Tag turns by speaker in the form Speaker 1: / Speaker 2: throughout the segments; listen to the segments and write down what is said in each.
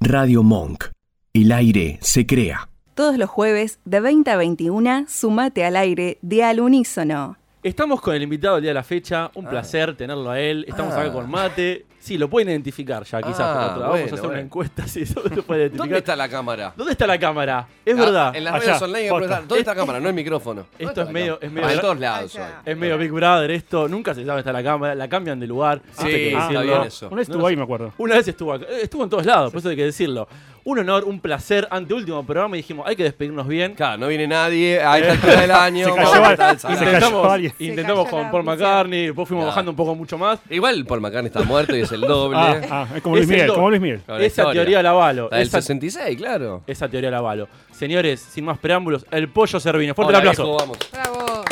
Speaker 1: Radio Monk. El aire se crea.
Speaker 2: Todos los jueves de 20 a 21, sumate al aire de Al Unísono.
Speaker 3: Estamos con el invitado del día de la fecha,
Speaker 4: Ah.
Speaker 3: un placer tenerlo a él. Estamos acá con Mate. Sí, lo pueden identificar ya, quizás.
Speaker 4: Ah,
Speaker 3: por otro lado. Vamos
Speaker 4: bueno,
Speaker 3: a hacer
Speaker 4: bueno.
Speaker 3: una encuesta si eso lo pueden identificar.
Speaker 4: ¿Dónde está la cámara?
Speaker 3: ¿Dónde está la cámara? Es
Speaker 4: Ah,
Speaker 3: verdad.
Speaker 4: En las
Speaker 5: allá,
Speaker 4: redes online hay que
Speaker 5: posta.
Speaker 4: preguntar, ¿dónde está la cámara? No hay micrófono.
Speaker 3: Esto es medio, es medio,
Speaker 4: Ah, en todos lados hoy.
Speaker 3: es medio Big Brother esto. Nunca se sabe dónde está la cámara. La cambian de lugar.
Speaker 4: Sí,
Speaker 3: Esto hay Ah, que
Speaker 4: está
Speaker 3: decirlo.
Speaker 4: bien eso.
Speaker 5: Una vez estuvo
Speaker 3: No
Speaker 5: ahí, me acuerdo.
Speaker 3: Una vez estuvo acá. Eh, Estuvo en todos lados, por eso hay que decirlo. Un honor, un placer. Ante último programa y dijimos, hay que despedirnos bien.
Speaker 4: Claro, no viene nadie a esta altura del año.
Speaker 5: Se cayó
Speaker 4: vamos a
Speaker 5: al-
Speaker 4: tratar de
Speaker 5: se
Speaker 4: sacar.
Speaker 5: cayó.
Speaker 3: Intentamos,
Speaker 5: alguien.
Speaker 2: Se
Speaker 3: intentamos
Speaker 2: cayó
Speaker 3: con
Speaker 2: la
Speaker 3: Paul
Speaker 2: música.
Speaker 3: McCartney, después fuimos
Speaker 4: Claro.
Speaker 3: bajando un poco mucho más.
Speaker 4: Igual Paul McCartney está muerto y es el doble.
Speaker 5: Ah, ah, es como Luis
Speaker 3: Es el
Speaker 5: Miguel,
Speaker 3: do-
Speaker 5: como Luis Miguel.
Speaker 4: Con la
Speaker 3: Esa
Speaker 4: historia.
Speaker 3: teoría la avalo.
Speaker 4: La del
Speaker 3: Esa,
Speaker 4: 66, claro.
Speaker 3: esa teoría la avalo. Señores, sin más preámbulos, el pollo servino. Fuerte el
Speaker 4: Hola,
Speaker 3: aplauso.
Speaker 4: viejo, vamos.
Speaker 2: Bravo.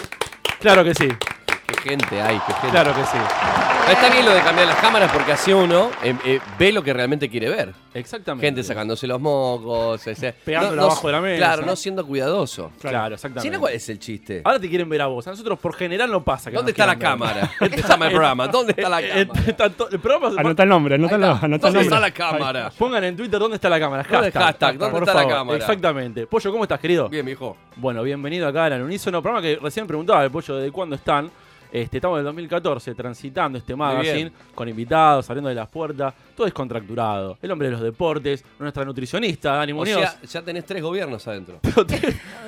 Speaker 3: Claro que sí,
Speaker 4: Qué gente hay, qué gente.
Speaker 3: claro que sí.
Speaker 4: Está bien lo de cambiar las cámaras porque así uno eh, eh, ve lo que realmente quiere ver.
Speaker 3: Exactamente.
Speaker 4: Gente sacándose los mocos, ese-
Speaker 3: Pegándolo abajo de la mesa.
Speaker 4: Claro, no siendo cuidadoso.
Speaker 3: Claro, Claro, exactamente.
Speaker 4: Si no, ¿cuál es el chiste?
Speaker 3: Ahora te quieren ver a vos. A nosotros por general no pasa. que
Speaker 4: ¿Dónde
Speaker 3: nos
Speaker 4: está la
Speaker 3: quieran ver.
Speaker 4: cámara? Empezamos el programa. ¿Dónde está la
Speaker 3: Eh,
Speaker 4: cámara?
Speaker 3: eh, tanto- el programa se-
Speaker 5: Anota el nombre, anota,
Speaker 4: Ahí
Speaker 5: la-
Speaker 4: está.
Speaker 5: anota el
Speaker 4: ¿Dónde
Speaker 5: nombre.
Speaker 4: está la cámara?
Speaker 3: Pongan en Twitter dónde está la cámara.
Speaker 4: ¿Dónde
Speaker 3: Hashtag.
Speaker 4: hashtag? ¿Dónde
Speaker 3: Por
Speaker 4: está la
Speaker 3: favor.
Speaker 4: cámara?
Speaker 3: Exactamente. Pollo, ¿cómo estás, querido?
Speaker 4: Bien, mijo.
Speaker 3: Bueno, bienvenido acá al Unísono. Programa que recién preguntaba el pollo de cuándo están. Este, estamos en el 2014 transitando este magazine
Speaker 4: bien.
Speaker 3: con invitados, saliendo de las puertas. Todo descontracturado. El hombre de los deportes, nuestra nutricionista, Dani
Speaker 4: O
Speaker 3: Muñoz.
Speaker 4: sea, ya tenés tres gobiernos adentro.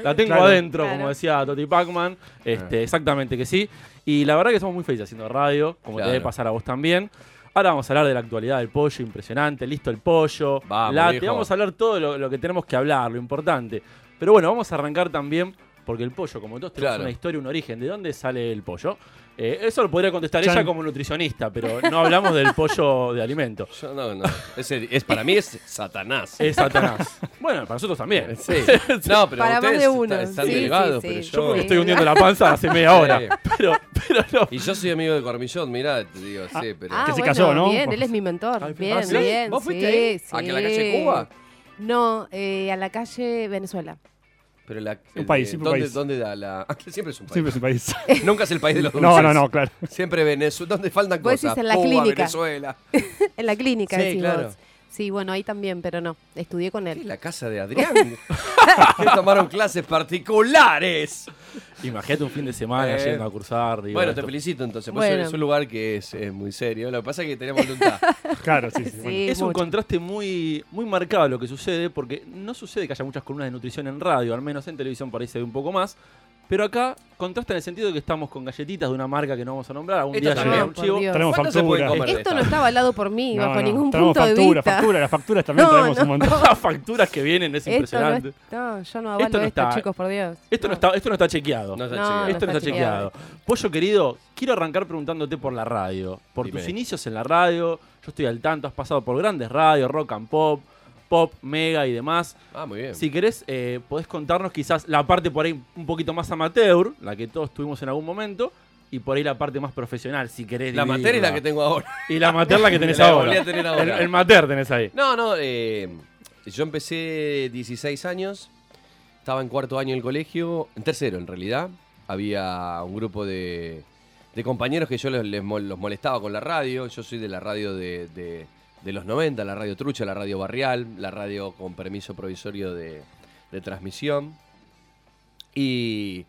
Speaker 3: La tengo
Speaker 5: Claro.
Speaker 3: adentro,
Speaker 2: Claro.
Speaker 3: como decía Toti Pacman. Este,
Speaker 4: Eh.
Speaker 3: Exactamente que sí. Y la verdad que somos muy felices haciendo radio, como te
Speaker 4: Claro.
Speaker 3: debe pasar a vos también. Ahora vamos a hablar de la actualidad del pollo, impresionante, listo el pollo,
Speaker 4: Vamos,
Speaker 3: late,
Speaker 4: viejo.
Speaker 3: vamos a hablar todo lo, lo que tenemos que hablar, lo importante. Pero bueno, vamos a arrancar también, porque el pollo, como todos, tenemos
Speaker 4: Claro.
Speaker 3: una historia, un origen. ¿De dónde sale el pollo? Eh, eso lo podría contestar
Speaker 5: Chan.
Speaker 3: ella como nutricionista, pero no hablamos del pollo de alimento.
Speaker 4: Yo no, no. Ese- es, para mí es Satanás.
Speaker 3: Es Satanás. bueno, para nosotros también.
Speaker 4: Sí. No, pero
Speaker 2: Para más
Speaker 4: ustedes
Speaker 2: de uno.
Speaker 4: están, están
Speaker 2: Sí,
Speaker 4: derivados,
Speaker 2: sí,
Speaker 4: pero
Speaker 2: sí.
Speaker 3: Yo
Speaker 4: yo...
Speaker 3: porque estoy hundiendo la panza hace media hora. Pero, pero no.
Speaker 4: Y yo soy amigo de Cormillón, mirá, te digo, sí, pero...
Speaker 6: Ah,
Speaker 5: que se
Speaker 6: bueno,
Speaker 5: casó, ¿no?
Speaker 6: Bien, él es mi mentor.
Speaker 3: Ay,
Speaker 6: bien,
Speaker 3: ¿ah, sí?
Speaker 6: bien.
Speaker 4: ¿Vos fuiste
Speaker 6: sí,
Speaker 4: ahí? ¿A
Speaker 6: sí.
Speaker 4: ah, que la calle Cuba?
Speaker 6: No, eh, a la calle Venezuela.
Speaker 4: Pero la,
Speaker 5: Un país,
Speaker 4: eh,
Speaker 5: siempre un
Speaker 4: ¿dónde,
Speaker 5: país.
Speaker 4: ¿Dónde da la...? Ah, siempre es un país.
Speaker 5: Siempre es un país.
Speaker 4: Nunca es el país de los
Speaker 5: No,
Speaker 4: dulces.
Speaker 5: no, no, claro.
Speaker 4: Siempre Venezuela. ¿Dónde faltan
Speaker 6: Vos
Speaker 4: cosas?
Speaker 6: decís en la
Speaker 4: Cuba,
Speaker 6: clínica.
Speaker 4: Venezuela.
Speaker 6: En la clínica,
Speaker 4: Sí,
Speaker 6: decís
Speaker 4: claro.
Speaker 6: vos. Sí, bueno, ahí también, pero no. Estudié con
Speaker 4: ¿Qué es
Speaker 6: él.
Speaker 4: la casa de Adrián? que tomaron clases particulares.
Speaker 3: Imagínate un fin de semana
Speaker 4: Eh.
Speaker 3: yendo a cursar. digo,
Speaker 4: Bueno, te
Speaker 3: esto.
Speaker 4: felicito entonces. Pues
Speaker 6: Bueno.
Speaker 4: Es un lugar que es, es muy serio. Lo que pasa es que tenemos voluntad.
Speaker 5: Claro, sí, sí. bueno.
Speaker 6: Sí,
Speaker 3: es un
Speaker 6: mucho.
Speaker 3: contraste muy, muy marcado lo que sucede, porque no sucede que haya muchas columnas de nutrición en radio, al menos en televisión por ahí se ve un poco más. Pero acá contrasta en el sentido de que estamos con galletitas de una marca que no vamos a nombrar. Algún
Speaker 4: Esto
Speaker 3: día
Speaker 4: también.
Speaker 3: llegará un
Speaker 6: No, por
Speaker 3: chivo.
Speaker 6: Dios.
Speaker 5: Tenemos
Speaker 4: ¿Cuánto se puede
Speaker 5: factura.
Speaker 4: comer? de
Speaker 6: Esto
Speaker 4: esta?
Speaker 6: no está avalado por mí,
Speaker 5: No,
Speaker 6: bajo
Speaker 5: no,
Speaker 6: ningún
Speaker 5: tenemos
Speaker 6: punto de
Speaker 5: factura,
Speaker 6: vista.
Speaker 5: factura, las facturas también
Speaker 6: No,
Speaker 5: tenemos
Speaker 6: no.
Speaker 5: un montón.
Speaker 3: Las facturas que vienen es
Speaker 6: Esto no,
Speaker 3: impresionante.
Speaker 6: es- no, yo no avalo
Speaker 3: Esto
Speaker 6: esto,
Speaker 3: no está-
Speaker 6: chicos, por Dios.
Speaker 3: Esto no está, esto no está chequeado.
Speaker 4: No está
Speaker 6: No,
Speaker 4: chequeado.
Speaker 3: Esto no está chequeado. Pollo querido, quiero arrancar preguntándote por la radio, por
Speaker 4: Dime.
Speaker 3: tus inicios en la radio. Yo estoy al tanto, has pasado por grandes radios, rock and pop, pop, mega y demás.
Speaker 4: Ah, muy bien.
Speaker 3: Si querés, eh, podés contarnos quizás la parte por ahí un poquito más amateur, la que todos tuvimos en algún momento, y por ahí la parte más profesional, si querés.
Speaker 4: La materia es la que
Speaker 3: tenés.
Speaker 4: tengo ahora.
Speaker 3: Y la amateur la que tenés
Speaker 4: La
Speaker 3: ahora.
Speaker 4: volví a tener ahora.
Speaker 3: El, el amateur tenés ahí.
Speaker 4: No, no, eh, yo empecé 16 años, estaba en cuarto año del colegio, en tercero en realidad. Había un grupo de, de compañeros que yo los, les mol- los molestaba con la radio. Yo soy de la radio de, de- de los 90, la radio trucha, la radio barrial, la radio con permiso provisorio de, de transmisión. Y,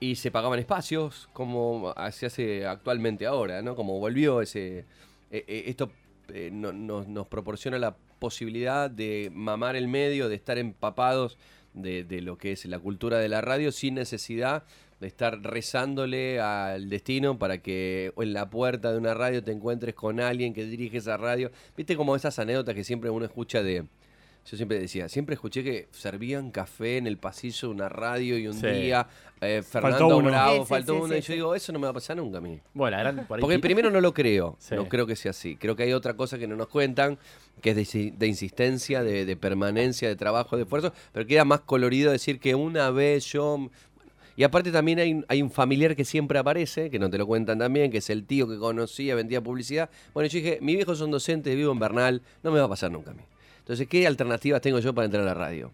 Speaker 4: y se pagaban espacios como se hace actualmente ahora, ¿no? Como volvió ese... eh, eh, esto eh, no- nos- nos proporciona la posibilidad de mamar el medio, de estar empapados de, de lo que es la cultura de la radio sin necesidad de estar rezándole al destino para que en la puerta de una radio te encuentres con alguien que dirige esa radio. Viste como esas anécdotas que siempre uno escucha de... Yo siempre decía, siempre escuché que servían café en el pasillo de una radio y un
Speaker 3: Sí.
Speaker 4: día eh, Fernando
Speaker 5: uno.
Speaker 4: Bravo,
Speaker 6: Sí, sí,
Speaker 4: faltó
Speaker 6: sí,
Speaker 4: uno.
Speaker 6: sí,
Speaker 4: y yo
Speaker 6: sí.
Speaker 4: digo, eso no me va a pasar nunca a mí.
Speaker 3: Bueno, la gran- por ahí-
Speaker 4: Porque primero no lo creo,
Speaker 3: Sí.
Speaker 4: no creo que sea así. Creo que hay otra cosa que no nos cuentan, que es de, insi- de insistencia, de, de permanencia, de trabajo, de esfuerzo, pero queda más colorido decir que una vez yo... Y aparte también hay, un- hay un familiar que siempre aparece, que no te lo cuentan también, que es el tío que conocía, vendía publicidad. Bueno, yo dije, mis viejos son docentes, vivo en Bernal, no me va a pasar nunca a mí. Entonces, ¿qué alternativas tengo yo para entrar a la radio?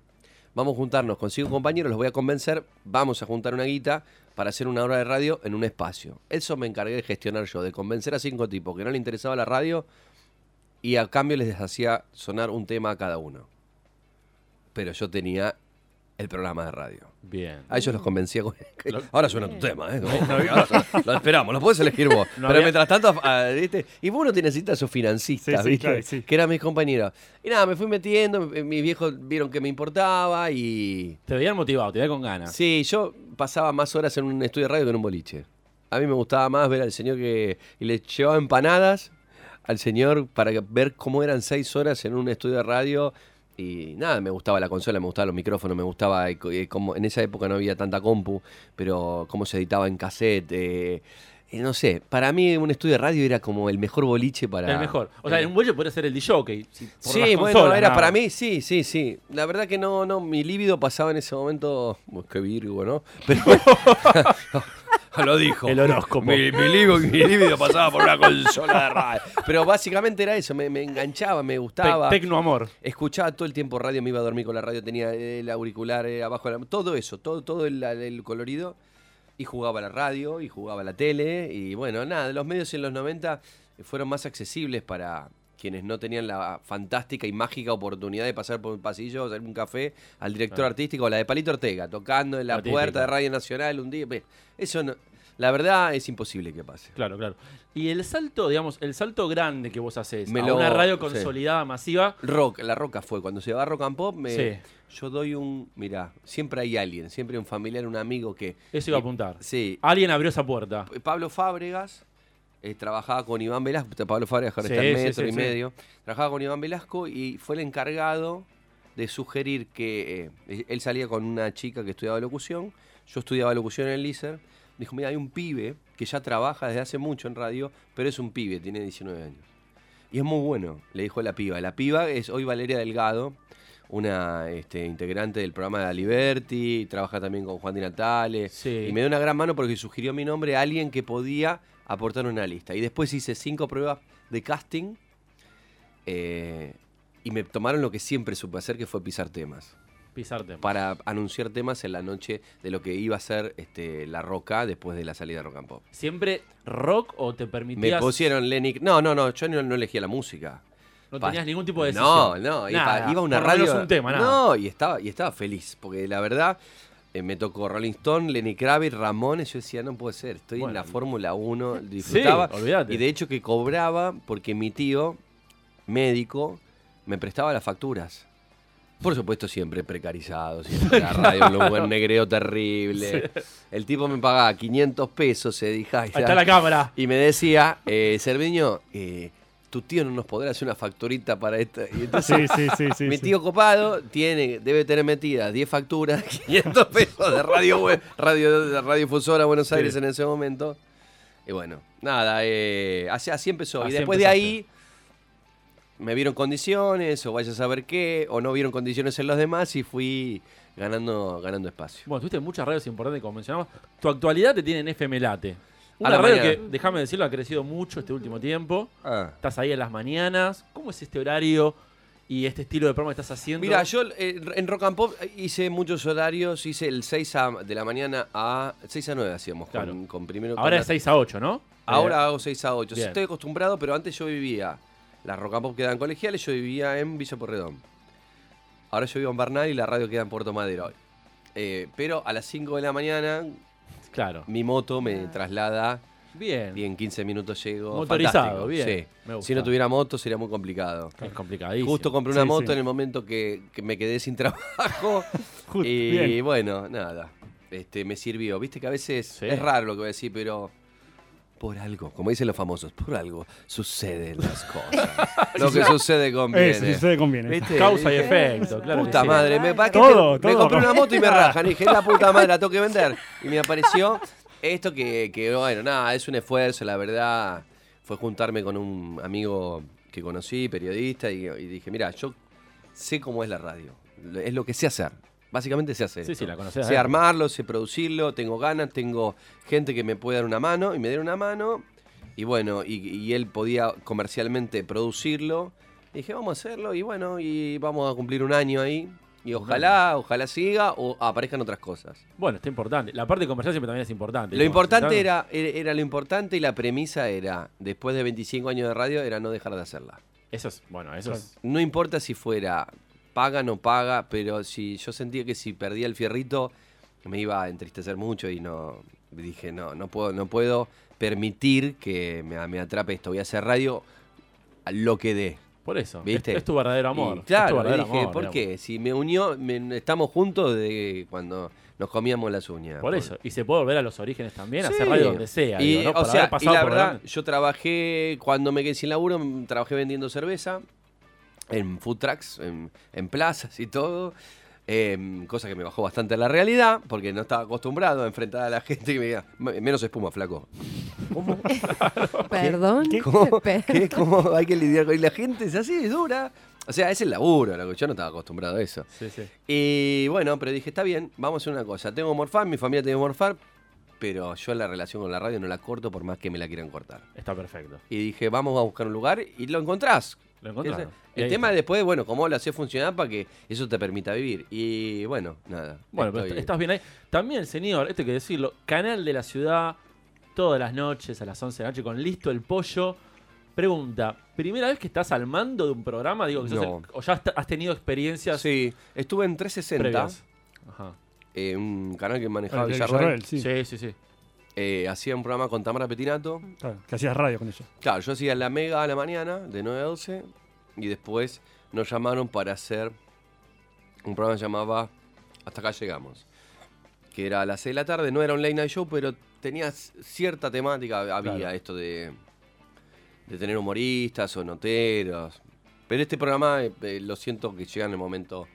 Speaker 4: Vamos a juntarnos, consigo un compañero, los voy a convencer, vamos a juntar una guita para hacer una hora de radio en un espacio. Eso me encargué de gestionar yo, de convencer a cinco tipos que no le interesaba la radio y a cambio les hacía sonar un tema a cada uno. Pero yo tenía el programa de radio.
Speaker 3: Bien.
Speaker 4: A Ah, ellos los convencía con...
Speaker 3: Lo-
Speaker 4: Ahora suena tu tema, ¿eh? Ahora suena- lo esperamos, lo puedes elegir vos.
Speaker 3: No
Speaker 4: Pero
Speaker 3: había-
Speaker 4: mientras tanto, ah, ¿viste? Y vos no tienes cita a sus financistas,
Speaker 5: Sí, sí,
Speaker 4: ¿viste?
Speaker 5: claro, sí.
Speaker 4: Que eran mis compañeros. Y nada, me fui metiendo, eh, mis viejos vieron que me importaba y...
Speaker 3: Te veían motivado, te veían con ganas.
Speaker 4: Sí, yo pasaba más horas en un estudio de radio que en un boliche. A mí me gustaba más ver al señor que... Y le llevaba empanadas al señor para que- ver cómo eran seis horas en un estudio de radio. Y nada, me gustaba la consola, me gustaban los micrófonos, me gustaba eh, co- eh, cómo... En esa época no había tanta compu, pero cómo se editaba en cassette. eh, eh, no sé, para mí un estudio de radio era como el mejor boliche para...
Speaker 3: El mejor. O sea,
Speaker 4: Eh,
Speaker 3: en un bollo podría ser el DJ. Si, por
Speaker 4: Sí,
Speaker 3: las
Speaker 4: bueno,
Speaker 3: consolas,
Speaker 4: era
Speaker 3: nada.
Speaker 4: para mí, sí, sí, sí. La verdad que no, no, mi líbido pasaba en ese momento. Bueno, Qué Virgo, ¿no? Pero. Lo dijo.
Speaker 3: El horóscopo.
Speaker 4: Mi, mi líbido, mi líbido pasaba por una consola de radio. Pero básicamente era eso, me, me enganchaba, me
Speaker 3: Te-
Speaker 4: gustaba.
Speaker 3: Tecnoamor.
Speaker 4: Escuchaba todo el tiempo radio, me iba a dormir con la radio, tenía el auricular eh, abajo, de la- todo eso, todo, todo el, el colorido. Y jugaba a la radio, y jugaba a la tele, y bueno, nada, los medios en los 90 fueron más accesibles para quienes no tenían la fantástica y mágica oportunidad de pasar por un pasillo, hacer un café, al director artístico, la de Palito Ortega, tocando en la
Speaker 3: La típica.
Speaker 4: puerta de Radio Nacional un día. Ve, Eso, no- la verdad, es imposible que pase.
Speaker 3: Claro, claro. Y el salto, digamos, el salto grande que vos haces
Speaker 4: Me
Speaker 3: a
Speaker 4: lo-
Speaker 3: una radio
Speaker 4: sí.
Speaker 3: consolidada masiva.
Speaker 4: Rock, la roca fue. Cuando se va Rock and Pop, me,
Speaker 3: Sí.
Speaker 4: yo doy un. Mirá, siempre hay alguien, siempre hay un familiar, un amigo que.
Speaker 3: Eso iba a apuntar.
Speaker 4: Sí. Ah, eh,
Speaker 3: Alguien abrió esa puerta.
Speaker 4: Pablo Fábregas eh, trabajaba con Iván Velasco. Pablo Fábregas ahora
Speaker 3: Sí,
Speaker 4: está en
Speaker 3: sí,
Speaker 4: metro
Speaker 3: sí,
Speaker 4: y
Speaker 3: sí.
Speaker 4: medio. Trabajaba con Iván Velasco y fue el encargado de sugerir que. eh, él salía con una chica que estudiaba locución. Yo estudiaba locución en el Lícer. Me dijo: Mira, hay un pibe que ya trabaja desde hace mucho en radio, pero es un pibe, tiene 19 años. Y es muy bueno, le dijo la piba. La piba es hoy Valeria Delgado, una este, integrante del programa de Aliberti, trabaja también con Juan Di Natale.
Speaker 3: Sí.
Speaker 4: Y me dio una gran mano porque sugirió mi nombre a alguien que podía aportar una lista. Y después hice cinco pruebas de casting eh, y me tomaron lo que siempre supe hacer, que fue pisar temas.
Speaker 3: Pisarte.
Speaker 4: Para anunciar temas en la noche de lo que iba a ser este, La Roca después de la salida de Rock and Pop.
Speaker 3: ¿Siempre rock o te
Speaker 4: Me
Speaker 3: permitías?
Speaker 4: pusieron Lenny... No, no, no, yo no- no elegía la música.
Speaker 3: No
Speaker 4: Pa-
Speaker 3: tenías ningún tipo de
Speaker 4: No,
Speaker 3: decisión.
Speaker 4: no,
Speaker 3: Nada,
Speaker 4: iba, iba a una
Speaker 3: por lo menos
Speaker 4: radio.
Speaker 3: un tema, nada.
Speaker 4: No, y estaba, y estaba feliz, porque la verdad eh, me tocó Rolling Stone, Lenny Kravitz, Ramones. Yo decía, no puede ser, estoy en
Speaker 3: Bueno.
Speaker 4: la Fórmula 1, disfrutaba.
Speaker 3: olvídate.
Speaker 4: y de hecho que cobraba porque mi tío, médico, me prestaba las facturas. Por supuesto, siempre precarizado, siempre la radio, un lugar negreo terrible. El tipo me pagaba 500 pesos, se dije, "Ay,
Speaker 3: Ahí
Speaker 4: ya".
Speaker 3: está la cámara.
Speaker 4: Y me decía, eh, Cerviño, eh, tu tío no nos podrá hacer una facturita para esto. Y entonces,
Speaker 5: Sí, sí, sí, sí.
Speaker 4: mi
Speaker 5: sí.
Speaker 4: tío copado tiene, debe tener metidas 10 facturas, 500 pesos de radio, web- radio, de radio Fusora Buenos Aires en ese momento. Y bueno, nada, eh, así, así empezó. y
Speaker 3: Así
Speaker 4: después
Speaker 3: empezaste.
Speaker 4: de ahí me vieron condiciones, o vaya a saber qué, o no vieron condiciones en los demás y fui ganando, ganando espacio.
Speaker 3: Bueno, tuviste muchas radios importantes, como mencionamos. Tu actualidad te tiene en FM Late. Una
Speaker 4: la
Speaker 3: radio
Speaker 4: mañana.
Speaker 3: que, déjame decirlo, ha crecido mucho este último tiempo.
Speaker 4: Ah.
Speaker 3: Estás ahí en las mañanas. ¿Cómo es este horario y este estilo de programa que estás haciendo?
Speaker 4: Mira, yo eh, en Rock and Pop hice muchos horarios, hice el 6 a- de la mañana a 6 a 9 hacíamos con-
Speaker 3: Claro.
Speaker 4: con, primero. con
Speaker 3: Ahora
Speaker 4: la-
Speaker 3: es 6 a 8, ¿no?
Speaker 4: Ahora
Speaker 3: Eh,
Speaker 4: hago 6 a 8.
Speaker 3: bien.
Speaker 4: Estoy acostumbrado, pero antes yo vivía. Las Rock and Pop quedan colegiales, yo vivía en Villa Porredón. Ahora yo vivo en Bernal y la radio queda en Puerto Madero. Eh, pero a las 5 de la mañana
Speaker 3: Eh, claro.
Speaker 4: mi moto me traslada
Speaker 3: Ah. Bien.
Speaker 4: y en 15 minutos llego.
Speaker 3: Motorizado,
Speaker 4: fantástico.
Speaker 3: bien.
Speaker 4: Sí.
Speaker 3: Me gusta.
Speaker 4: Si no tuviera moto sería muy complicado.
Speaker 3: Es complicadísimo.
Speaker 4: Justo compré una
Speaker 5: Sí,
Speaker 4: moto
Speaker 5: sí.
Speaker 4: en el momento que, que me quedé sin trabajo.
Speaker 5: Justo,
Speaker 4: y
Speaker 5: bien.
Speaker 4: bueno, nada. Este, me sirvió. Viste que a veces
Speaker 3: Sí.
Speaker 4: es raro lo que voy a decir, pero por algo, como dicen los famosos, por algo suceden las cosas. lo que sucede conviene.
Speaker 5: Eso, si se conviene.
Speaker 4: ¿Viste?
Speaker 3: Causa y
Speaker 4: Dije,
Speaker 3: efecto, claro. que
Speaker 4: Puta
Speaker 3: sí.
Speaker 4: madre, me, pa- que
Speaker 5: Todo,
Speaker 4: te- me
Speaker 5: todo.
Speaker 4: compré una moto y me rajan. Y dije, la puta madre, la tengo que vender. Y me apareció esto que, que, bueno, nada, es un esfuerzo, la verdad. Fue juntarme con un amigo que conocí, periodista, y, y dije, mira, yo sé cómo es la radio. Lo- Es lo que sé hacer. Básicamente sé hacer.
Speaker 3: Sí,
Speaker 4: esto.
Speaker 3: sí, la conocés,
Speaker 4: Sé
Speaker 3: ¿eh?
Speaker 4: armarlo, sé producirlo, tengo ganas, tengo gente que me puede dar una mano, y me dieron una mano. Y bueno, y, y él podía comercialmente producirlo. Y dije, vamos a hacerlo y bueno, y vamos a cumplir un año ahí. Y ojalá, ojalá siga o aparezcan otras cosas.
Speaker 3: Bueno, está importante. La parte de conversación siempre también es importante.
Speaker 4: Lo
Speaker 3: Como
Speaker 4: importante
Speaker 3: sentarnos.
Speaker 4: era, era, era lo importante y la premisa era, después de 25 años de radio, era no dejar de hacerla.
Speaker 3: Eso es, bueno, eso es.
Speaker 4: No importa si fuera paga o no paga, pero si yo sentía que si perdía el fierrito me iba a entristecer mucho y no dije, no, no puedo, no puedo permitir que me, me atrape esto. Voy a hacer radio a lo que dé.
Speaker 3: Por eso.
Speaker 4: ¿Viste?
Speaker 3: Es, es tu verdadero amor.
Speaker 4: Y
Speaker 3: es tu
Speaker 4: claro,
Speaker 3: verdadero
Speaker 4: dije,
Speaker 3: amor,
Speaker 4: ¿por
Speaker 3: digamos.
Speaker 4: qué? Si me unió, me- estamos juntos de cuando nos comíamos las uñas.
Speaker 3: Por eso. Y se puede volver a los orígenes también,
Speaker 4: Sí.
Speaker 3: hacer radio donde sea.
Speaker 4: Y,
Speaker 3: digo, ¿no?
Speaker 4: o
Speaker 3: Por
Speaker 4: sea,
Speaker 3: haber
Speaker 4: y
Speaker 3: pasado
Speaker 4: la
Speaker 3: por
Speaker 4: verdad,
Speaker 3: delante.
Speaker 4: yo trabajé, cuando me quedé sin laburo, m- trabajé vendiendo cerveza en food trucks, en, en plazas y todo. em, cosa que me bajó bastante a la realidad, porque no estaba acostumbrado a enfrentar a la gente que me diga, "Me- menos espuma, flaco.
Speaker 6: Perdón.
Speaker 4: ¿Cómo,
Speaker 6: Pe-
Speaker 4: qué? ¿Cómo hay que lidiar con y la gente? Es así, es dura. O sea, es el laburo, lo que yo no estaba acostumbrado a eso.
Speaker 3: Sí, sí.
Speaker 4: Y bueno, pero dije, está bien, vamos a hacer una cosa. Tengo que morfar, mi familia tiene que morfar, pero yo la relación con la radio no la corto por más que me la quieran cortar.
Speaker 3: Está perfecto.
Speaker 4: Y dije, vamos a buscar un lugar y lo encontrás.
Speaker 3: Lo encontraron.
Speaker 4: Ese-
Speaker 3: Y ahí
Speaker 4: El tema
Speaker 3: está.
Speaker 4: es después, bueno, cómo lo hacés funcionar para que eso te permita vivir. Y bueno, nada.
Speaker 3: Bueno, pero
Speaker 4: estoy-
Speaker 3: estás bien ahí. También el señor, esto hay que decirlo, canal de la ciudad, todas las noches a las 11 de la noche, con listo el pollo. Pregunta, ¿primera vez que estás al mando de un programa? Digo, que sos
Speaker 4: No.
Speaker 3: el- o ya has- has tenido experiencias
Speaker 4: Sí, estuve en 360,
Speaker 3: previas. Ajá.
Speaker 4: eh, un canal que manejaba
Speaker 5: Claro, que
Speaker 4: Villarreal.
Speaker 5: Villarreal,
Speaker 3: Sí,
Speaker 5: sí.
Speaker 3: sí, sí.
Speaker 4: Eh, hacía un programa con Tamara Petinato.
Speaker 5: Claro, que hacías radio con ella.
Speaker 4: Claro, yo hacía la mega a la mañana, de 9 a 12, y después nos llamaron para hacer un programa que se llamaba Hasta acá llegamos, que era a las 6 de la tarde, no era un late night show, pero tenía c- cierta temática, había
Speaker 3: Claro.
Speaker 4: esto de, de tener humoristas o noteros, pero este programa eh, eh, lo siento que llega en el momento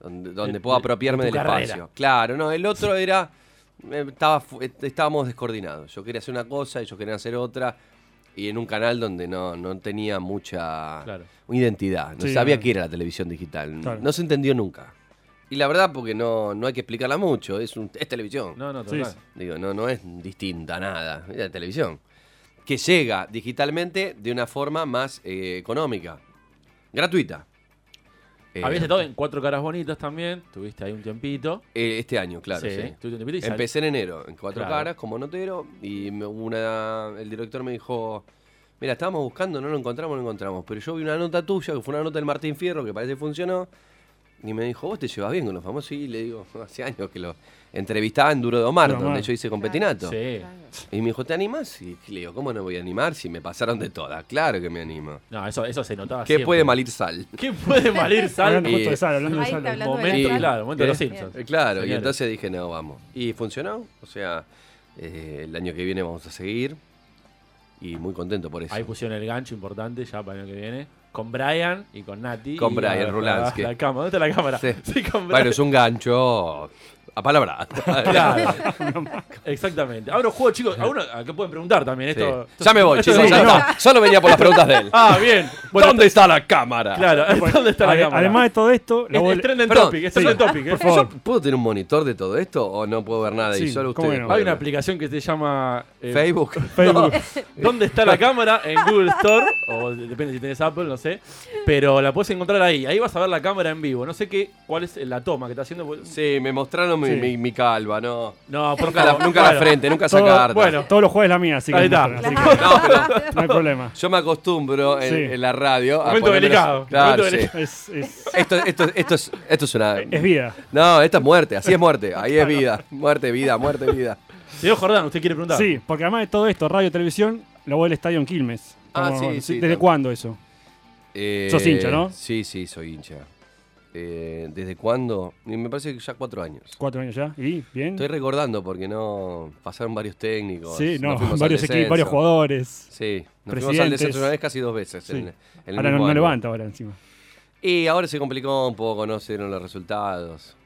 Speaker 4: donde, donde
Speaker 3: De-
Speaker 4: puedo
Speaker 3: de-
Speaker 4: apropiarme
Speaker 3: de
Speaker 4: del
Speaker 3: tu carrera.
Speaker 4: espacio. Claro, no, el otro era... eh, Estaba, fu- eh, estábamos descoordinados. Yo quería hacer una cosa, ellos querían hacer otra. Y en un canal donde no, no tenía mucha
Speaker 3: Claro.
Speaker 4: identidad. No
Speaker 5: Sí,
Speaker 4: sabía
Speaker 5: claro.
Speaker 4: qué era la televisión digital.
Speaker 5: Claro.
Speaker 4: No se entendió nunca. Y la verdad, porque no, no hay que explicarla mucho. Es, un, es televisión.
Speaker 3: No, no,
Speaker 5: Sí,
Speaker 3: total.
Speaker 5: sí.
Speaker 4: Digo, no, no es distinta a nada. Es la televisión. Que llega digitalmente de una forma más eh, económica. Gratuita. Eh,
Speaker 3: Habías estado en Cuatro Caras Bonitas también, tuviste ahí un tiempito.
Speaker 4: eh, este año, claro.
Speaker 3: Sí,
Speaker 4: sí.
Speaker 3: tuviste un tiempito y sal-
Speaker 4: Empecé en enero, en cuatro
Speaker 3: Claro.
Speaker 4: caras, como notero, y me- una, el director me dijo, mira, estábamos buscando, no lo encontramos, no lo encontramos, pero yo vi una nota tuya, que fue una nota del Martín Fierro, que parece que funcionó, y me dijo, vos te llevas bien con los famosos, y le digo, hace años que lo entrevistaba en Duro de Omar,
Speaker 5: Duro de
Speaker 4: donde
Speaker 5: Omar.
Speaker 4: yo hice con Petinato.
Speaker 3: Sí.
Speaker 4: Y me dijo, ¿te animás? Y le digo, ¿cómo no voy a animar si me pasaron de todas? Claro que me animo.
Speaker 3: No, eso, eso se notaba.
Speaker 4: ¿Qué
Speaker 3: siempre.
Speaker 4: puede malir sal?
Speaker 3: ¿Qué puede malir sal?
Speaker 5: Hablando justo de Sara, hablando de
Speaker 6: Ahí está
Speaker 5: Sara.
Speaker 6: hablando de la
Speaker 3: Momento,
Speaker 6: sal.
Speaker 3: claro, momento de los
Speaker 4: ¿Eh?
Speaker 3: Simpsons.
Speaker 4: Eh, Claro, y
Speaker 3: Señores.
Speaker 4: entonces dije, no, vamos. Y funcionó, o sea, eh, el año que viene vamos a seguir y muy contento por eso.
Speaker 3: Ahí pusieron el gancho importante ya para el año que viene. Con Brian y con Nati.
Speaker 4: Con
Speaker 3: Y
Speaker 4: Brian
Speaker 3: la- la-
Speaker 4: Rulansky.
Speaker 3: La, cámara. ¿Dónde está la cámara?
Speaker 4: Sí.
Speaker 3: con Brian.
Speaker 4: Bueno, es un gancho a palabra.
Speaker 3: Claro. Exactamente. Ahora juego, chicos. A uno, ¿a qué pueden preguntar también esto? esto-
Speaker 4: Ya me voy,
Speaker 3: esto
Speaker 4: chicos,
Speaker 3: es-
Speaker 4: ya
Speaker 3: no.
Speaker 4: está. Solo venía por las preguntas de él.
Speaker 3: Ah, bien. Bueno,
Speaker 4: ¿Dónde está la cámara?
Speaker 3: Claro, ¿dónde está la
Speaker 5: Ade-
Speaker 3: cámara?
Speaker 5: Además de todo esto, la
Speaker 3: es,
Speaker 5: voz-
Speaker 3: es trending
Speaker 4: Perdón,
Speaker 3: topic, es
Speaker 5: sí,
Speaker 3: trending topic. eh.
Speaker 5: por favor.
Speaker 4: ¿Yo ¿Puedo tener un monitor de todo esto o no puedo ver nada? y
Speaker 5: Sí,
Speaker 4: solo
Speaker 5: ¿cómo
Speaker 4: ustedes
Speaker 5: que no?
Speaker 4: pueden
Speaker 3: Hay una
Speaker 4: ver?
Speaker 3: aplicación que se llama eh,
Speaker 4: Facebook.
Speaker 5: Facebook.
Speaker 3: ¿Dónde está la cámara? En Google Store, o depende si tenés Apple, no sé. Pero la puedes encontrar ahí. Ahí vas a ver la cámara en vivo. No sé qué, cuál es la toma que está haciendo.
Speaker 4: Sí, me mostraron mi,
Speaker 5: Sí.
Speaker 4: mi- mi calva, no.
Speaker 3: No, por
Speaker 4: Nunca, la,
Speaker 3: favor.
Speaker 4: nunca la
Speaker 3: Bueno,
Speaker 4: frente, nunca
Speaker 5: Todo-
Speaker 4: sacar.
Speaker 3: bueno.
Speaker 5: Todos los jueves la mía, así que
Speaker 3: Ahí está.
Speaker 5: no, así que
Speaker 4: No, pero
Speaker 5: no hay problema.
Speaker 4: Yo me acostumbro en,
Speaker 5: Sí.
Speaker 4: en la radio. a
Speaker 3: Momento
Speaker 4: ponérmelas-
Speaker 3: delicado, momento
Speaker 4: Claro, sí.
Speaker 3: delicado.
Speaker 5: Es, es,
Speaker 4: Esto, esto, esto, es, esto es una.
Speaker 5: es vida.
Speaker 4: No, esta es muerte, así es muerte. Ahí es vida. Muerte, vida, muerte, vida.
Speaker 3: Señor Jordán, ¿usted quiere preguntar?
Speaker 5: Sí, porque además de todo esto, radio, televisión, la voz del estadio en Quilmes.
Speaker 4: Ah,
Speaker 5: Estamos-
Speaker 4: sí, sí,
Speaker 5: ¿Desde
Speaker 4: también.
Speaker 5: cuándo eso?
Speaker 4: Eh,
Speaker 5: Sos hincha, ¿no?
Speaker 4: Sí, sí, soy hincha. Eh, ¿Desde cuándo? Y me parece que ya cuatro años.
Speaker 5: ¿Cuatro años ya? ¿Y bien?
Speaker 4: Estoy recordando porque no. Pasaron varios técnicos.
Speaker 5: Sí,
Speaker 4: nos
Speaker 5: no,
Speaker 4: fuimos al
Speaker 5: varios
Speaker 4: descenso.
Speaker 5: equipos, varios jugadores.
Speaker 4: Sí, nos fuimos al
Speaker 5: Presidentes.
Speaker 4: descenso una vez casi dos veces.
Speaker 5: Sí.
Speaker 4: en- en el
Speaker 5: Ahora no,
Speaker 4: mismo
Speaker 5: no
Speaker 4: año. Este.
Speaker 5: levanta ahora encima.
Speaker 4: Y ahora se complicó un poco, no se dieron los resultados.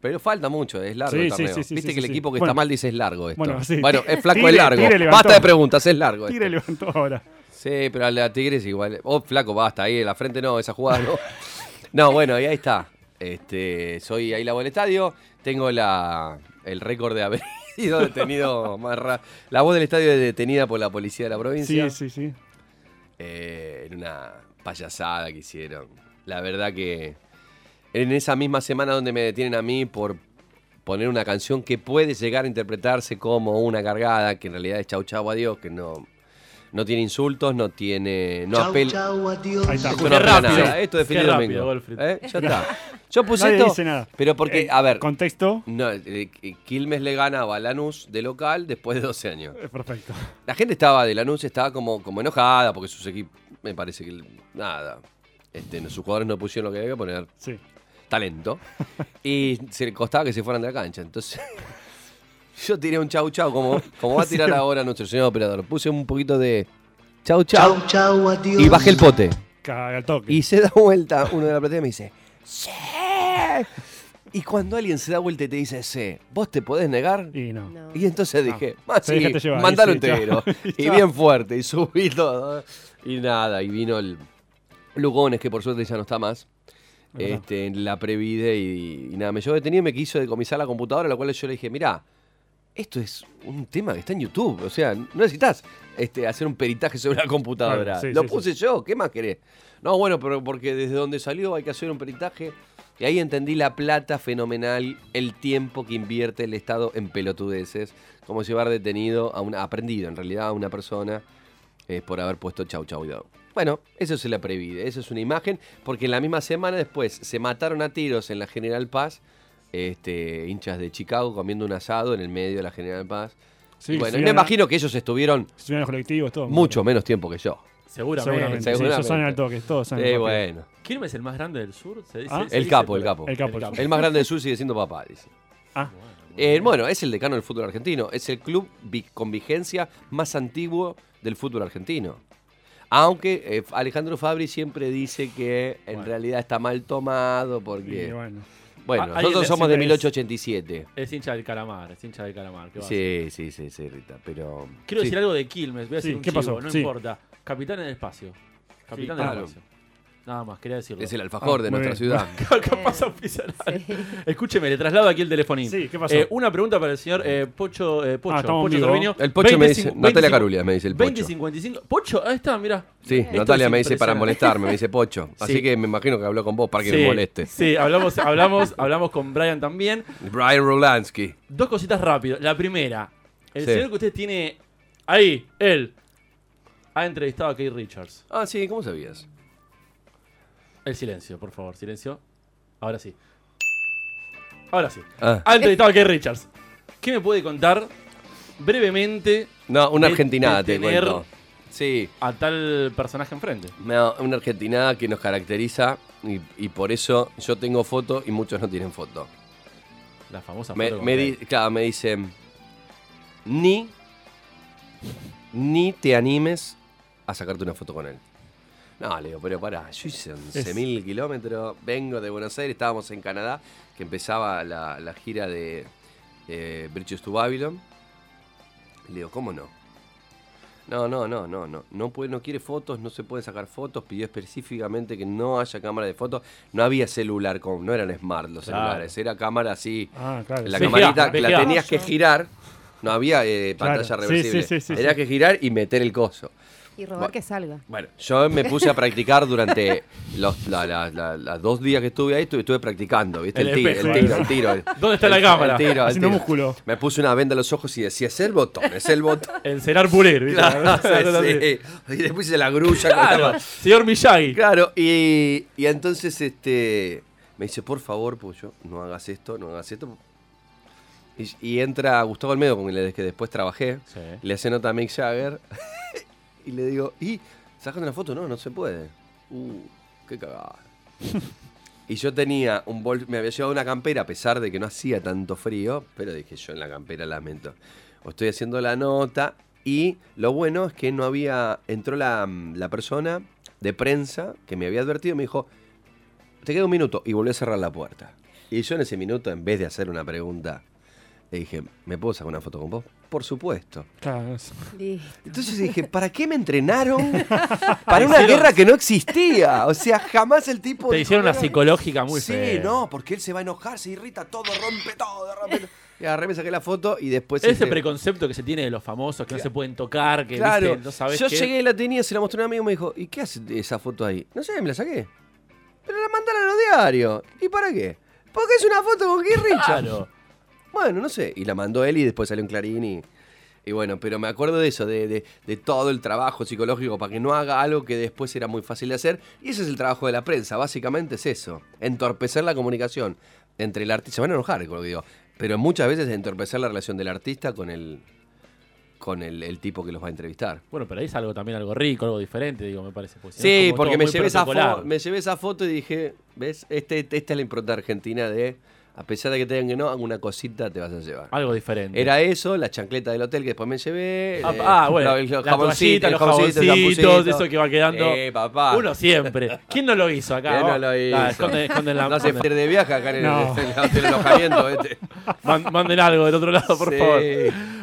Speaker 4: Pero falta mucho, es largo
Speaker 5: Sí,
Speaker 4: el
Speaker 5: sí,
Speaker 4: torneo.
Speaker 5: sí, sí,
Speaker 4: Viste
Speaker 5: sí,
Speaker 4: que el
Speaker 5: sí.
Speaker 4: equipo que
Speaker 5: Bueno.
Speaker 4: está mal dice es largo esto. Bueno,
Speaker 5: Bueno, sí.
Speaker 4: es flaco
Speaker 5: Tigre-
Speaker 4: es largo.
Speaker 5: Tigre levantó.
Speaker 4: Basta de preguntas, es largo.
Speaker 5: Tigre
Speaker 4: esto.
Speaker 5: levantó ahora.
Speaker 4: Sí, pero a la Tigres igual. Oh, flaco, basta, ahí en la frente no, esa jugada no. No, bueno, y ahí está. Este, soy ahí la del estadio, tengo la el récord de haber sido detenido más ra- La voz del estadio es detenida por la policía de la provincia
Speaker 5: Sí, sí, sí.
Speaker 4: eh, en una payasada que hicieron. La verdad que en esa misma semana donde me detienen a mí por poner una canción que puede llegar a interpretarse como una cargada, que en realidad es chau chau adiós, que no... No tiene insultos, no tiene. No apela.
Speaker 5: Ahí está.
Speaker 4: Esto
Speaker 5: Qué
Speaker 4: no apela a
Speaker 3: rápido.
Speaker 4: nada, Esto
Speaker 3: Qué
Speaker 4: define
Speaker 3: rápido,
Speaker 4: domingo.
Speaker 3: Goldfried.
Speaker 4: ¿Eh? Ya está. Yo puse
Speaker 5: Nadie
Speaker 4: esto.
Speaker 5: dice nada.
Speaker 4: Pero porque,
Speaker 5: Eh,
Speaker 4: a ver.
Speaker 5: Contexto.
Speaker 4: No, eh, Quilmes le gana a Lanús de local después de 12 años.
Speaker 5: eh, Perfecto.
Speaker 4: La gente estaba de Lanús, estaba como, como enojada porque sus equipos, me parece que nada, este, no- sus jugadores no pusieron lo que había que poner,
Speaker 5: Sí.
Speaker 4: talento, y se le costaba que se fueran de la cancha. Entonces, yo tiré un chau chau, como, como va a tirar ahora nuestro señor operador. Puse un poquito de chau chau, y bajé el pote.
Speaker 5: Caga al toque.
Speaker 4: Y se da vuelta uno de la platea y me dice, ¡Sí! Y cuando alguien se da vuelta y te dice, sí, ¿vos te podés negar?
Speaker 5: Y no.
Speaker 6: No.
Speaker 4: Y entonces dije, más
Speaker 5: te
Speaker 4: sí,
Speaker 5: dejaste Ah. llevar,
Speaker 4: mandalo
Speaker 5: y sí,
Speaker 4: entero.
Speaker 5: chao.
Speaker 4: y bien fuerte, y subí todo. Y nada, y vino el Lugones, que por suerte ya no está más.
Speaker 5: Ajá.
Speaker 4: Este, en la previde y, y nada, me llevó detenido y me quiso decomisar la computadora, lo cual yo le dije, mirá, esto es un tema que está en YouTube. O sea, no necesitas este, hacer un peritaje sobre la computadora.
Speaker 5: Claro, sí,
Speaker 4: lo
Speaker 5: sí,
Speaker 4: puse yo, ¿qué más querés? No, bueno, pero porque desde donde salió hay que hacer un peritaje. Y ahí entendí la plata fenomenal, el tiempo que invierte el Estado en pelotudeces, como llevar detenido a un aprendido, en realidad, a una persona eh, por haber puesto chau chau dog. Bueno, eso se la previde, eso es una imagen, porque en la misma semana después se mataron a tiros en la General Paz, este, hinchas de Chicago comiendo un asado en el medio de la General Paz.
Speaker 5: Sí,
Speaker 4: Y bueno,
Speaker 5: se
Speaker 4: y me
Speaker 5: iban a-
Speaker 4: imagino que ellos estuvieron
Speaker 5: se subieron los colectivos, todo.
Speaker 4: mucho menos tiempo que yo.
Speaker 3: Seguramente.
Speaker 5: Seguramente.
Speaker 4: Seguramente.
Speaker 5: Sí, ellos salen al toque. Todos salen
Speaker 4: Eh,
Speaker 5: rápido.
Speaker 4: bueno.
Speaker 3: ¿Quilmes es el más grande del sur? ¿Se dice-
Speaker 5: Ah.
Speaker 3: se
Speaker 4: El
Speaker 3: dice
Speaker 4: capo,
Speaker 3: por
Speaker 4: el
Speaker 3: ahí?
Speaker 4: capo.
Speaker 5: El capo.
Speaker 3: El capo.
Speaker 4: El más grande del sur sigue siendo papá, dice.
Speaker 5: Ah,
Speaker 4: Eh, bueno, es el decano del fútbol argentino. Es el club vi- con vigencia más antiguo del fútbol argentino. Aunque eh, Alejandro Fabri siempre dice que en realidad está mal tomado porque...
Speaker 5: y bueno.
Speaker 4: Bueno,
Speaker 3: Ah, ahí
Speaker 4: nosotros
Speaker 3: le-
Speaker 4: somos de
Speaker 5: siempre es-
Speaker 4: 1887.
Speaker 3: Es hincha del calamar, es hincha del calamar. ¿qué va a hacer?
Speaker 4: Sí, sí, sí, sí, Rita, pero...
Speaker 3: Quiero
Speaker 4: sí.
Speaker 3: decir algo de Quilmes, voy a
Speaker 5: Sí,
Speaker 3: decir un
Speaker 5: ¿qué
Speaker 3: chivo,
Speaker 5: pasó?
Speaker 3: no
Speaker 5: Sí.
Speaker 3: importa. Capitán en el espacio. Capitán del
Speaker 4: claro.
Speaker 3: espacio. Nada más, quería decirlo.
Speaker 4: Es el alfajor
Speaker 5: Ah,
Speaker 4: de
Speaker 5: muy
Speaker 4: nuestra
Speaker 5: bien.
Speaker 4: ciudad.
Speaker 5: Eh,
Speaker 3: Capaz auspicia a nadie. Escúcheme, le traslado aquí el telefonín.
Speaker 5: Sí, ¿qué pasó?
Speaker 3: Eh, una pregunta para el señor eh, Pocho, eh, Pocho,
Speaker 5: Ah, estamos
Speaker 3: Pocho
Speaker 5: en vivo.
Speaker 3: Cerviño.
Speaker 4: El Pocho me
Speaker 3: 25,
Speaker 4: dice... Natalia
Speaker 3: 25,
Speaker 4: Carulia me dice el Pocho.
Speaker 3: 2055. Pocho, ahí está, mira.
Speaker 4: Sí, Natalia me dice para
Speaker 3: molestar
Speaker 4: molestarme, me dice Pocho. Así
Speaker 3: Sí.
Speaker 4: que me imagino que habló con vos para que
Speaker 3: sí,
Speaker 4: me moleste.
Speaker 3: Sí, hablamos, hablamos, hablamos con Brian también.
Speaker 4: Brian Rolansky.
Speaker 3: Dos cositas rápido. La primera, el
Speaker 4: Sí.
Speaker 3: señor que usted tiene ahí, él, ha entrevistado a Kate Richards.
Speaker 4: Ah, sí, ¿cómo sabías?
Speaker 3: El silencio, por favor, silencio. Ahora sí. Ahora sí.
Speaker 4: Ah.
Speaker 3: Ha entrevistado a Kate Richards. ¿Qué me puede contar brevemente
Speaker 4: No, una
Speaker 3: de-
Speaker 4: argentinada
Speaker 3: de
Speaker 4: te
Speaker 3: tener-
Speaker 4: cuento. Sí,
Speaker 3: a tal personaje enfrente?
Speaker 4: no, una argentinada que nos caracteriza y, y por eso yo tengo foto y muchos no tienen foto.
Speaker 3: La famosa
Speaker 4: Me,
Speaker 3: foto con
Speaker 4: me
Speaker 3: Kate.
Speaker 4: di- claro, me dicen, ni, ni te animes a sacarte una foto con él. No, le digo, pero pará, yo hice 11.000 kilómetros, vengo de Buenos Aires, estábamos en Canadá, que empezaba la, la gira de eh, Bridges to Babylon. Le digo, ¿cómo no? No, no, no, no, no. No, puede, no quiere fotos, no se puede sacar fotos. Pidió específicamente que no haya cámara de fotos. No había celular, con, no eran smart los
Speaker 3: Claro.
Speaker 4: celulares, era cámara así.
Speaker 5: Ah, claro.
Speaker 4: La
Speaker 5: Sí.
Speaker 3: Vejea,
Speaker 4: camarita que la
Speaker 3: vejea.
Speaker 4: tenías que girar. No había eh,
Speaker 5: Claro,
Speaker 4: pantalla
Speaker 5: sí,
Speaker 4: reversible.
Speaker 5: sí, sí, sí,
Speaker 4: Tenías
Speaker 5: sí.
Speaker 4: que girar y meter el coso.
Speaker 6: Y robar
Speaker 4: Bueno.
Speaker 6: que salga.
Speaker 4: Bueno, yo me puse a practicar durante los la- la- la- las dos días que estuve ahí, estuve, estuve practicando, ¿viste? El,
Speaker 3: El
Speaker 4: tiro,
Speaker 3: espejo,
Speaker 4: el tiro, el tiro. el-
Speaker 3: ¿Dónde está la
Speaker 4: el-
Speaker 3: cámara?
Speaker 4: El tiro, el
Speaker 5: Haciendo
Speaker 4: tiro.
Speaker 5: músculo.
Speaker 4: Me puse una venda en los ojos y decía, es el botón, es el botón.
Speaker 3: Encerar Burer, ¿viste?
Speaker 4: Sí. Y después hice la grulla. con la
Speaker 3: Claro, señor Miyagi.
Speaker 4: Claro, y, y entonces este me dice, por favor, Pollo, no hagas esto, no hagas esto. Y, y entra Gustavo Almedo, con el que después trabajé,
Speaker 3: Sí.
Speaker 4: le hace nota a Mick Jagger y le digo, ¿y sacando una foto? No, no se puede. Uh, qué cagada. y yo tenía un bol, me había llevado una campera, a pesar de que no hacía tanto frío, pero dije, yo en la campera lamento. O estoy haciendo la nota y lo bueno es que no había, entró la, la persona de prensa que me había advertido y me dijo, te queda un minuto y volvió a cerrar la puerta. Y yo en ese minuto, en vez de hacer una pregunta, le dije, ¿me puedo sacar una foto con vos? Por supuesto.
Speaker 5: Claro, es-
Speaker 6: Listo.
Speaker 4: Entonces dije, ¿para qué me entrenaron? Para una guerra que no existía. O sea, jamás el tipo...
Speaker 3: Te
Speaker 4: dijo,
Speaker 3: hicieron una
Speaker 4: "No,
Speaker 3: psicológica muy
Speaker 4: sí,
Speaker 3: fea.
Speaker 4: no, porque él se va a enojar, se irrita, todo rompe, todo rompe. todo. Y agarré, me saqué la foto y después...
Speaker 3: Ese
Speaker 4: este,
Speaker 3: preconcepto que se tiene de los famosos, que no se pueden tocar, que
Speaker 4: Claro,
Speaker 3: viste, no sabes
Speaker 4: yo
Speaker 3: qué.
Speaker 4: llegué y la tenía, se la mostré a un amigo y me dijo, ¿y qué hace esa foto ahí? No sé, me la saqué. Pero la mandaron a los diarios. ¿Y para qué? Porque es una foto con Keith Richards.
Speaker 3: Claro.
Speaker 4: Bueno, no sé. Y la mandó él y después salió un clarín y Y bueno, pero me acuerdo de eso, de, de- de todo el trabajo psicológico para que no haga algo que después era muy fácil de hacer. Y ese es el trabajo de la prensa, básicamente es eso, entorpecer la comunicación entre el artista. Se van a enojar con lo que digo, pero muchas veces entorpecer la relación del artista con el, con el, el tipo que los va a entrevistar.
Speaker 3: Bueno, pero ahí es algo también algo rico, algo diferente, digo, me parece. porque si no es
Speaker 4: Sí,
Speaker 3: como
Speaker 4: porque
Speaker 3: todo
Speaker 4: me
Speaker 3: muy
Speaker 4: llevé, esa
Speaker 3: protocolar.
Speaker 4: fo- me llevé esa foto y dije, ¿ves? Este, esta es la impronta argentina de, a pesar de que te digan que no, alguna cosita te vas a llevar.
Speaker 3: Algo diferente.
Speaker 4: Era eso, la chancleta del hotel que después me llevé.
Speaker 3: Ah,
Speaker 4: eh,
Speaker 3: ah, bueno,
Speaker 4: la- el
Speaker 3: la
Speaker 4: jaboncito,
Speaker 3: toallita,
Speaker 4: el
Speaker 3: los
Speaker 4: jaboncito, el
Speaker 3: jaboncitos,
Speaker 4: champucito.
Speaker 3: eso que va quedando.
Speaker 4: Eh, papá.
Speaker 3: Uno siempre. ¿Quién no lo hizo acá?
Speaker 4: ¿Quién no
Speaker 3: Vamos.
Speaker 4: lo hizo?
Speaker 3: Ah, esconden- esconden la-
Speaker 4: No se
Speaker 3: esconden-
Speaker 4: fíjate de viaje acá en el,
Speaker 5: No.
Speaker 4: en el hotel alojamiento. este.
Speaker 3: Man- manden algo del otro lado, por
Speaker 4: Sí.
Speaker 3: favor.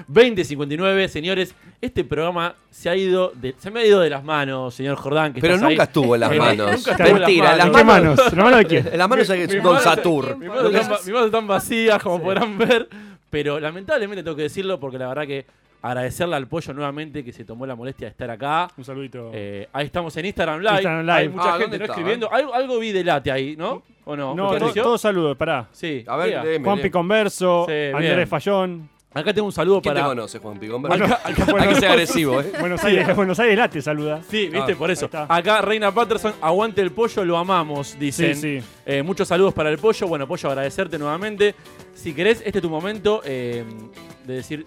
Speaker 3: 2059, señores. Este programa se ha ido de- se me ha ido de las manos, señor Jordán. Que
Speaker 4: Pero
Speaker 3: estás
Speaker 4: nunca
Speaker 3: ahí.
Speaker 4: estuvo en las
Speaker 3: Eh,
Speaker 4: manos.
Speaker 3: nunca estuvo en las
Speaker 4: Mentira, en
Speaker 5: ¿En
Speaker 4: las
Speaker 5: qué
Speaker 4: manos.
Speaker 5: manos? ¿En la mano de quién?
Speaker 4: En las manos hay que
Speaker 3: mi
Speaker 4: Don
Speaker 3: mano-
Speaker 4: Satur.
Speaker 3: Mis manos, están, va- mis manos están vacías, como podrán ver. Pero lamentablemente tengo que decirlo porque la verdad que agradecerle al pollo nuevamente que se tomó la molestia de estar acá.
Speaker 5: Un saludito.
Speaker 3: Eh, ahí estamos en Instagram Live.
Speaker 5: Instagram Live.
Speaker 3: Hay mucha
Speaker 4: Ah,
Speaker 3: gente
Speaker 4: ¿dónde
Speaker 3: no
Speaker 4: está?
Speaker 3: escribiendo. Algo, algo vi de late ahí, ¿no? ¿O no?
Speaker 5: no,
Speaker 3: ¿Me
Speaker 5: to-
Speaker 3: pareció?
Speaker 5: todos saludos, pará.
Speaker 3: Sí.
Speaker 4: A ver,
Speaker 3: Mira.
Speaker 4: léeme,
Speaker 5: Juanpi
Speaker 4: léeme.
Speaker 5: Converso,
Speaker 3: Sí,
Speaker 5: Andrés
Speaker 3: bien.
Speaker 5: Fallón.
Speaker 3: acá tengo un saludo
Speaker 4: ¿Quién te
Speaker 3: para.
Speaker 4: conoce, Juan Picón?
Speaker 5: Bueno,
Speaker 4: hay que ser agresivo, ¿eh?
Speaker 5: Buenos Aires, Buenos Aires Late saluda.
Speaker 3: Sí, viste,
Speaker 4: Ah,
Speaker 3: por eso.
Speaker 5: ahí está.
Speaker 3: Acá Reina Patterson, aguante el pollo, lo amamos, dicen.
Speaker 5: Sí, sí.
Speaker 3: Eh, muchos saludos para el pollo. Bueno, pollo, agradecerte nuevamente. Si querés, este es tu momento eh, de decir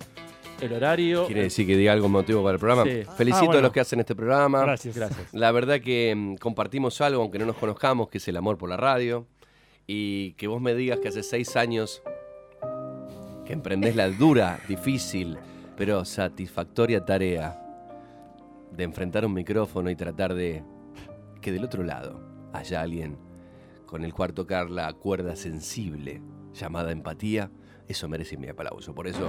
Speaker 3: el horario.
Speaker 4: Quiere decir que diga algo motivo para el programa.
Speaker 3: Sí.
Speaker 4: Felicito
Speaker 5: Ah, bueno.
Speaker 4: a los que hacen este programa.
Speaker 5: Gracias.
Speaker 3: Gracias.
Speaker 4: La verdad que mm, compartimos algo, aunque no nos conozcamos, que es el amor por la radio. Y que vos me digas que hace seis años que emprendés la dura, difícil, pero satisfactoria tarea de enfrentar un micrófono y tratar de que del otro lado haya alguien con el cual tocar la cuerda sensible llamada empatía. Eso merece mi aplauso. Por eso.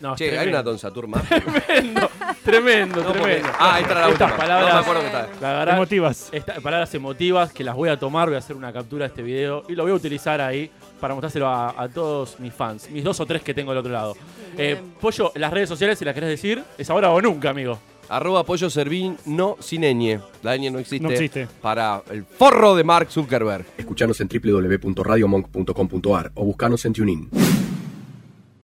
Speaker 3: No,
Speaker 4: Che, hay una
Speaker 3: Ah, tremendo,
Speaker 4: Don Saturma.
Speaker 3: tremendo, tremendo,
Speaker 4: No, porque-
Speaker 3: tremendo.
Speaker 4: Ah, entra la
Speaker 3: Estas
Speaker 4: última. No me
Speaker 3: palabras,
Speaker 4: acuerdo que estaba.
Speaker 3: la
Speaker 5: Te
Speaker 3: verdad,
Speaker 5: motivas.
Speaker 3: estas palabras emotivas que las voy a tomar, voy a hacer una captura de este video y lo voy a utilizar ahí para mostrárselo a, a todos mis fans, mis dos o tres que tengo del otro lado. Eh,
Speaker 6: Bien.
Speaker 3: Pollo, las redes sociales, si las querés decir, es ahora o nunca, amigo.
Speaker 4: Arroba Pollo Servín, no sin ñ. La ñ no existe.
Speaker 5: No existe.
Speaker 4: Para el forro de Mark Zuckerberg.
Speaker 1: Escuchanos en www.radiomonk.com.ar o buscanos en TuneIn.